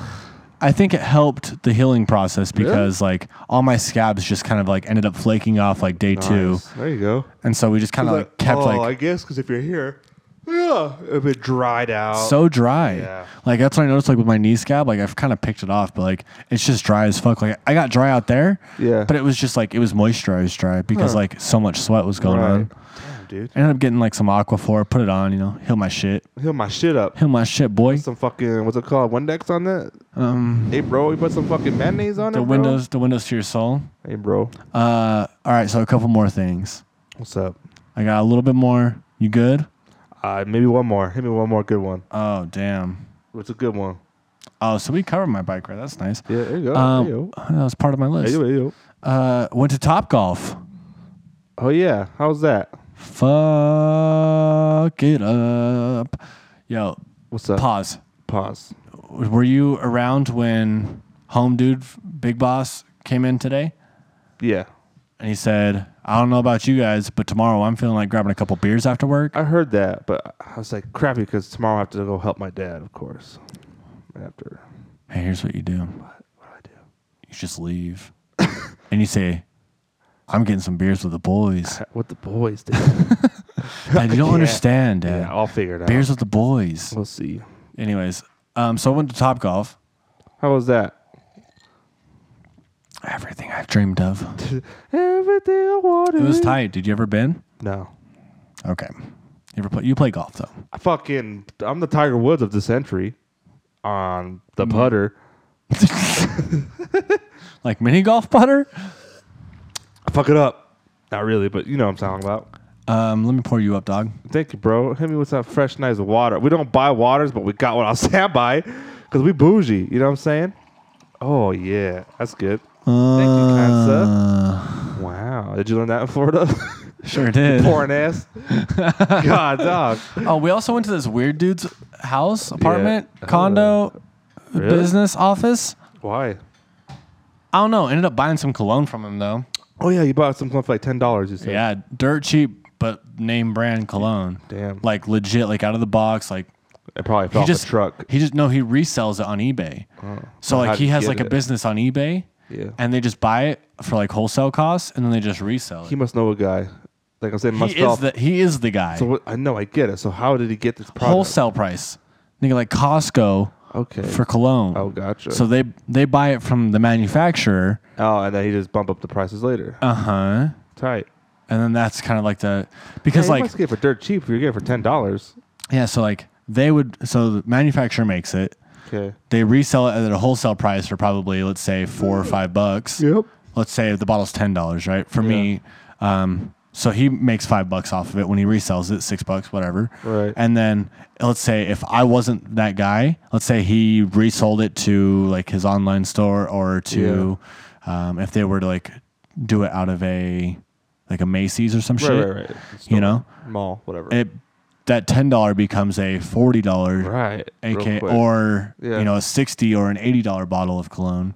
S3: I think it helped the healing process because like all my scabs just kind of like ended up flaking off like day two,
S2: Nice. There you go.
S3: and so we just kind of like, kept
S2: oh, I
S3: like
S2: guess because if you're here, yeah, a bit dried out.
S3: so dry.
S2: Yeah.
S3: Like that's what I noticed like with my knee scab. Like I've kind of picked it off, but like it's just dry as fuck. Like I got dry out there,
S2: Yeah.
S3: but it was just like it was moisturized dry because
S2: Huh.
S3: like so much sweat was going
S2: right.
S3: on.
S2: Damn, dude,
S3: I ended up getting like some Aquaphor, put it on, you know, heal my shit,
S2: heal my shit up.
S3: heal my shit, boy.
S2: Some fucking what's it called? Windex on that?
S3: Um,
S2: Hey, bro, we put some fucking mayonnaise on
S3: the
S2: it. bro?
S3: windows, the windows to your soul.
S2: Hey, bro,
S3: Uh, all right, so a couple more things.
S2: what's up?
S3: I got a little bit more. You good?
S2: Uh, maybe one more. Hit me one more good one.
S3: Oh damn.
S2: What's a good one?
S3: Oh, so we covered my bike ride. That's nice.
S2: Yeah, there you go.
S3: Um,
S2: Hey, yo.
S3: that was part of my
S2: Hey,
S3: list.
S2: yo, hey, yo.
S3: Uh, went to Top Golf.
S2: Oh yeah, how's that?
S3: Fuck it up, yo.
S2: What's up?
S3: Pause.
S2: Pause.
S3: Were you around when Home Dude Big Boss came in today?
S2: Yeah,
S3: And he said, "I don't know about you guys, but tomorrow I'm feeling like grabbing a couple beers after work."
S2: I heard that, but I was like, crappy, because tomorrow I have to go help my dad, of course. After
S3: Hey, here's what you do.
S2: what do I do?
S3: You just leave, and you say, "I'm getting some beers with the boys."
S2: What the boys did.
S3: Dad, you don't
S2: Yeah.
S3: understand, Dad.
S2: yeah, I'll figure it out.
S3: beers with the boys.
S2: We'll see.
S3: Anyways, um, so I went to Top Golf.
S2: How was that?
S3: Everything I've dreamed of.
S2: Everything I wanted.
S3: It was tight. Did you ever been?
S2: No.
S3: Okay. You ever play? You play golf though.
S2: I fucking, I'm the Tiger Woods of the century on the
S3: Mm-hmm.
S2: putter.
S3: Like mini golf putter?
S2: I fuck it up. Not really, but you know what I'm talking about.
S3: Um, let me pour you up, dog.
S2: Thank you, bro. Hit me with some fresh, nice water. We don't buy waters, but we got one on standby because we bougie. You know what I'm saying? Oh, yeah. That's good.
S3: Uh.
S2: Thank you, kind sir. Wow. Did you learn that in Florida?
S3: Sure did.
S2: Pouring ass. God, dog.
S3: Oh, we also went to this weird dude's house, apartment,
S2: Uh,
S3: condo,
S2: really?
S3: business office.
S2: Why?
S3: I don't know. Ended up buying some cologne from him though.
S2: Oh, yeah. You bought something for like $10, you said.
S3: Yeah, dirt cheap, but name brand cologne.
S2: Damn.
S3: Like legit, like out of the box, like
S2: It probably fell off
S3: just
S2: a truck. Oh.
S3: He just no, he resells it on eBay. so
S2: how
S3: like
S2: did
S3: he
S2: he
S3: has
S2: get
S3: like a
S2: it?
S3: business on eBay,
S2: Yeah.
S3: and they just buy it for like wholesale costs, and then they just resell it.
S2: He must know a guy. Like I'm saying,
S3: He,
S2: must
S3: is
S2: off.
S3: the he is the guy.
S2: so what, I know I get it. So how did he get this product?
S3: wholesale price. nigga, like Costco
S2: Okay.
S3: for cologne.
S2: Oh, gotcha.
S3: So they they buy it from the manufacturer.
S2: oh, and then he just bump up the prices later.
S3: Uh huh.
S2: Tight.
S3: And then that's kind of like
S2: Yeah,
S3: the because
S2: you
S3: like
S2: must get it for dirt cheap. If you get it for ten dollars.
S3: yeah, so like they would so the manufacturer makes it,
S2: Okay.
S3: they resell it at a wholesale price for probably let's say four or five bucks.
S2: Yep.
S3: Let's say the bottle's ten dollars, right? For me, um, so he makes five bucks off of it when he resells it, six bucks, whatever.
S2: Right.
S3: And then let's say if I wasn't that guy, let's say he resold it to like his online store or to um, if they were to like do it out of a like a Macy's or some
S2: Right,
S3: shit.
S2: right, right.
S3: You know?
S2: mall, whatever.
S3: It that ten dollar becomes a forty dollar
S2: right. real
S3: AK
S2: quick.
S3: or
S2: Yeah.
S3: you know a 60 or an 80 dollar bottle of cologne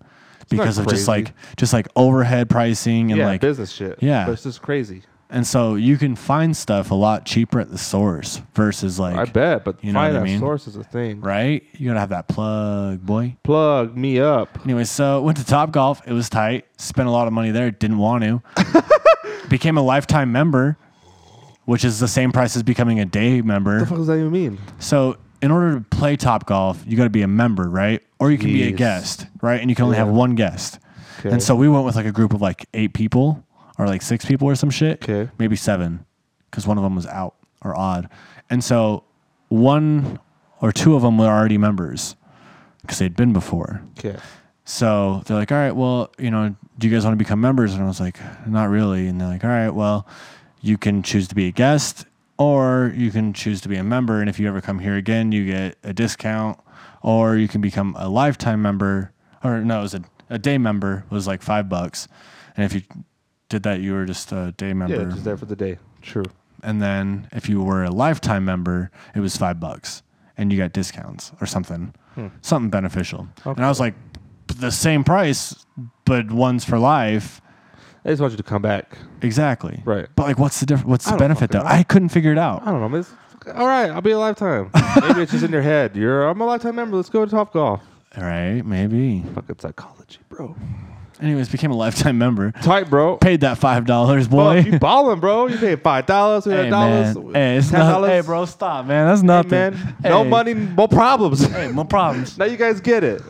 S3: because of just
S2: crazy.
S3: like just like overhead pricing and
S2: yeah,
S3: like
S2: business shit.
S3: Yeah.
S2: but it's just crazy.
S3: and so you can find stuff a lot cheaper at the source versus like
S2: I bet, but
S3: you know
S2: find
S3: what I
S2: that
S3: mean?
S2: source is a thing.
S3: right you gotta have that plug boy
S2: Plug me up.
S3: anyway so went to top golf it was tight spent a lot of money there didn't want to became a lifetime member which is the same price as becoming a day member
S2: What the fuck does that even mean?
S3: So in order to play Top Golf, you got to be a member, right? Or you can be a
S2: Jeez.
S3: guest, right? And you can only have
S2: Yeah.
S3: one guest.
S2: Okay.
S3: And so we went with like a group of like eight people or like six people or some shit.
S2: Okay.
S3: Maybe seven because one of them was out or odd. And so one or two of them were already members because they'd been before.
S2: Okay.
S3: So they're like, all right, well, you know, do you guys want to become members? And I was like, not really. And they're like, all right, well, you can choose to be a guest or you can choose to be a member. And if you ever come here again, you get a discount or you can become a lifetime member. Or no, it was a, a day member was like five bucks. And if you did that, you were just a day
S2: Yeah,
S3: member.
S2: just there for the day. True.
S3: and then if you were a lifetime member, it was five bucks and you got discounts or something,
S2: Hmm.
S3: something beneficial. And I was like, the same price, but one's for life.
S2: I just want you to come back.
S3: Exactly.
S2: Right.
S3: But like, what's the difference? What's the
S2: don't
S3: benefit though?
S2: fucking know.
S3: I couldn't figure it out.
S2: I don't know. man, It's, all right, I'll be a lifetime. Maybe it's just in your head. You're I'm a lifetime member. Let's go to Top Golf.
S3: All right. Maybe.
S2: Fucking psychology, bro.
S3: Anyways, became a lifetime member.
S2: Tight, bro.
S3: Paid that five dollars,
S2: Fuck,
S3: boy.
S2: you balling, bro. You paid five dollars,
S3: Hey
S2: three dollars,
S3: man, hey, it's
S2: ten
S3: not, hey
S2: dollars,
S3: bro, stop, man. That's nothing.
S2: Man, no
S3: Hey.
S2: money, no problems.
S3: Hey, no problems.
S2: now you guys get it.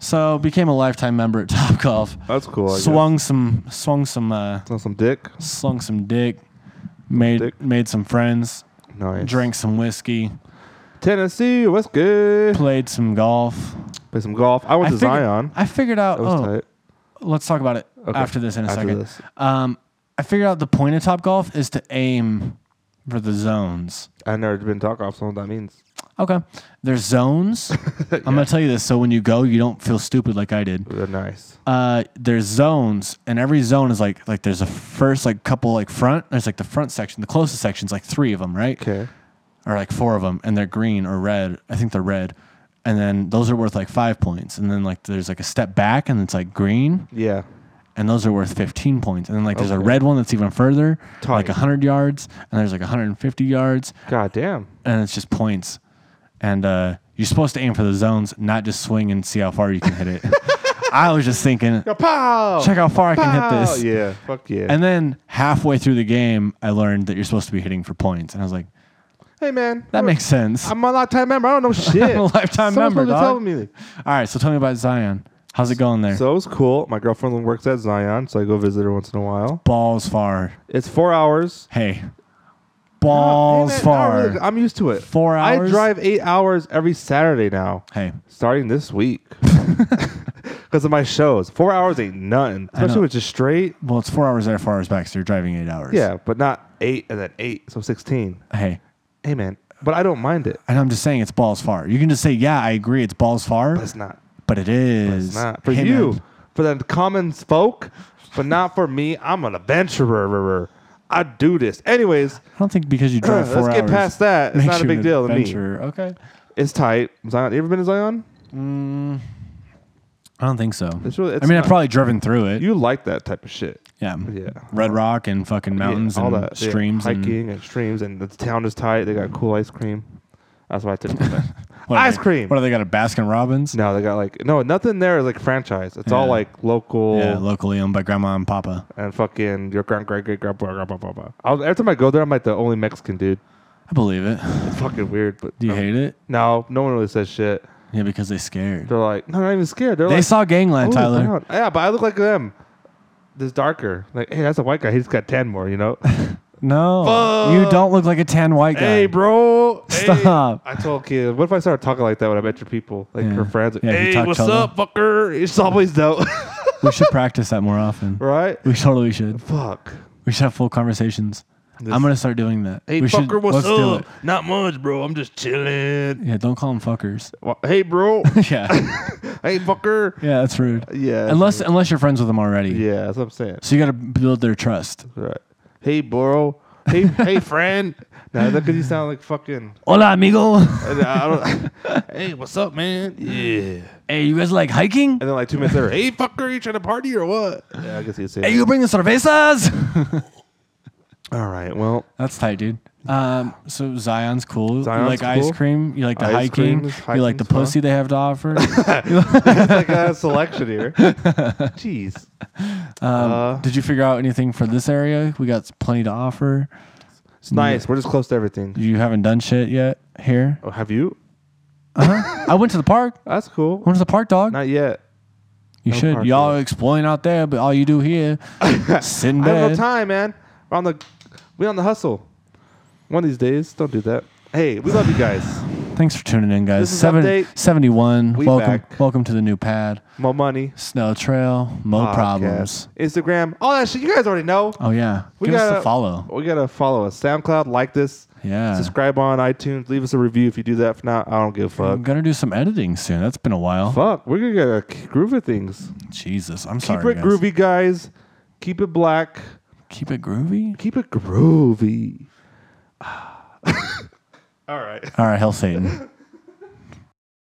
S3: So became a lifetime member at Top Golf.
S2: That's cool. I guess.
S3: swung some, swung some, uh,
S2: On some dick.
S3: slung some dick, made
S2: dick.
S3: made some friends,
S2: Nice.
S3: drank some whiskey,
S2: Tennessee. What's good?
S3: played some golf.
S2: Play some golf. I went
S3: I
S2: to
S3: figured,
S2: Zion.
S3: I figured out.
S2: That was
S3: Oh,
S2: tight.
S3: let's talk about it after this in a
S2: After
S3: second.
S2: this.
S3: Um, I figured out the point of Top Golf is to aim for the zones.
S2: I've never been talk off, so I know what that means.
S3: Okay, there's zones. I'm gonna tell you this so when you go, you don't feel stupid like I did.
S2: They're nice.
S3: uh, there's zones, and every zone is like like there's a first like couple like front. There's like the front section, the closest section's like three of them, right?
S2: Okay.
S3: Or like four of them, and they're green or red. I think they're red, and then those are worth like five points. And then like there's like a step back, and it's like green,
S2: Yeah.
S3: and those are worth fifteen points. And then like there's a
S2: Okay.
S3: red one that's even further,
S2: Tight.
S3: like hundred yards, and there's like hundred and fifty yards,
S2: God damn.
S3: and it's just points. And uh, you're supposed to aim for the zones, not just swing and see how far you can hit it. I was just thinking,
S2: Pow!
S3: check how far I can hit
S2: Pow!
S3: this.
S2: Yeah. Fuck yeah.
S3: And then halfway through the game, I learned that you're supposed to be hitting for points, and I was like,
S2: hey man.
S3: that makes sense.
S2: I'm a lifetime member. I don't know shit.
S3: a lifetime
S2: Someone's
S3: member,
S2: supposed to
S3: dog.
S2: tell me.
S3: All right, so tell me about Zion. How's it going there?
S2: So it was cool. My girlfriend works at Zion, so I go visit her once in a while.
S3: balls far.
S2: It's four hours.
S3: Hey,
S2: Oh,
S3: balls
S2: hey, man,
S3: far.
S2: no, really, I'm used to it.
S3: Four
S2: I
S3: hours?
S2: drive eight hours every Saturday now,
S3: hey,
S2: starting this week. Because of my shows. Four hours ain't nothing. Especially
S3: know.
S2: with just straight.
S3: well, it's four hours there, four hours back, so you're driving eight hours.
S2: Yeah, but not eight and then eight. So 16.
S3: Hey,
S2: Hey, man. But I don't mind it.
S3: and I'm just saying it's balls far. You can just say, yeah, I agree, it's balls far,
S2: It's not.
S3: but it is.
S2: It's not. For
S3: Hey,
S2: you,
S3: man,
S2: for the common folk, but not for me. I'm an adventurer. I do this. Anyways,
S3: I don't think because you drive
S2: Uh, Let's
S3: four hours.
S2: get past that. It's
S3: makes
S2: not a
S3: you
S2: big
S3: an
S2: deal to me.
S3: adventurer. Okay.
S2: it's tight. Zion, you ever been to Zion?
S3: I don't think so.
S2: It's really-
S3: I
S2: it's
S3: mean,
S2: not-
S3: I've probably driven through it.
S2: You like that type of shit.
S3: Yeah.
S2: Yeah.
S3: Red rock and fucking
S2: Yeah,
S3: mountains
S2: all
S3: and
S2: that. Yeah,
S3: streams and
S2: hiking and, streams, and the town is tight. They got cool ice cream. That's why I took there.
S3: what are
S2: Ice
S3: they-
S2: cream!
S3: What do they got? A Baskin Robbins?
S2: no, they got like no, nothing there is like franchise. It's all
S3: Yeah.
S2: like local
S3: Yeah, locally owned by grandma and papa.
S2: and fucking your grand great great grandpa grandpa grandpa. I was- Every time I go there, I'm like the only Mexican dude.
S3: I I believe it.
S2: It's fucking weird, but
S3: Do you hate it?
S2: no, no one really says shit.
S3: Yeah, because they scared.
S2: They're like, no, not even scared. They're
S3: They
S2: like,
S3: saw Gangland,
S2: "Ooh,
S3: Tyler.
S2: brown." Yeah, but I look like them. This darker. Like, hey, that's a white guy. He's got tan more, you know?
S3: No,
S2: Fuck.
S3: you don't look like a tan white guy.
S2: hey, bro. Hey.
S3: Stop.
S2: I told kids, what if I started talking like that when I met your people? Like
S3: Yeah.
S2: her friends.
S3: Yeah, if you
S2: hey,
S3: talk
S2: what's
S3: to
S2: up, fucker? It's always dope.
S3: we should practice that more often.
S2: right?
S3: We totally should.
S2: Fuck.
S3: We should have full conversations.
S2: This-
S3: I'm gonna start doing that.
S2: Hey,
S3: we
S2: fucker,
S3: should,
S2: what's
S3: let's do
S2: up? Not much, bro. I'm just chilling.
S3: it. Yeah, don't call them fuckers.
S2: Wha- Hey, bro.
S3: yeah,
S2: hey, fucker.
S3: yeah, that's rude.
S2: Yeah.
S3: Unless unless you're friends with them already.
S2: Yeah, that's what I'm saying.
S3: So you gotta build their trust.
S2: Right. Hey, bro. Hey, hey, friend. Now that because you sound like fucking.
S3: Hola, amigo.
S2: I don't, hey, what's up, man? Yeah.
S3: hey, you guys like hiking?
S2: And then like two minutes later, hey, fucker, you trying to party or what? Yeah, I guess he'd say.
S3: Hey,
S2: that.
S3: you bring the cervezas?
S2: All right. Well,
S3: That's tight, dude. Um, so Zion's cool. you
S2: Zion's
S3: like
S2: cool.
S3: ice cream. You like the
S2: Ice
S3: hiking.
S2: cream is-
S3: You like the
S2: hiking's fun.
S3: pussy they have to offer.
S2: it's like a selection here. Jeez. Uh,
S3: Did you figure out anything for this area? We got plenty to offer.
S2: it's nice. We're just close to everything.
S3: You haven't done shit yet here.
S2: Oh, have you?
S3: I went to the park.
S2: That's cool.
S3: I went to the park, dog.
S2: Not yet.
S3: you
S2: no
S3: should.
S2: park
S3: Y'all
S2: yet.
S3: exploring out there, but all you do here, sit in
S2: I have no
S3: bed.
S2: time, man. We're on the we on the hustle. One of these days, don't do that. Hey, we love you guys.
S3: Thanks for tuning in, guys.
S2: This is
S3: Seven-
S2: update.
S3: 71.
S2: We
S3: welcome,
S2: back.
S3: welcome to the new pad.
S2: More money.
S3: Snow trail, mo
S2: podcast,
S3: problems.
S2: Instagram, all that shit. You guys already know.
S3: Oh yeah,
S2: We
S3: give us
S2: gotta-
S3: a follow.
S2: We gotta follow us. SoundCloud, like this.
S3: Oh. Yeah.
S2: Subscribe on iTunes. Leave us a review if you do that. If not, I don't give a fuck.
S3: I'm gonna do some editing soon. That's been a while.
S2: Fuck, we're gonna get a k- groove of things.
S3: Jesus, I'm
S2: Keep
S3: sorry.
S2: it
S3: guys.
S2: groovy, guys. Keep it black.
S3: Keep it groovy.
S2: Keep it groovy. all right.
S3: All right, hell Satan.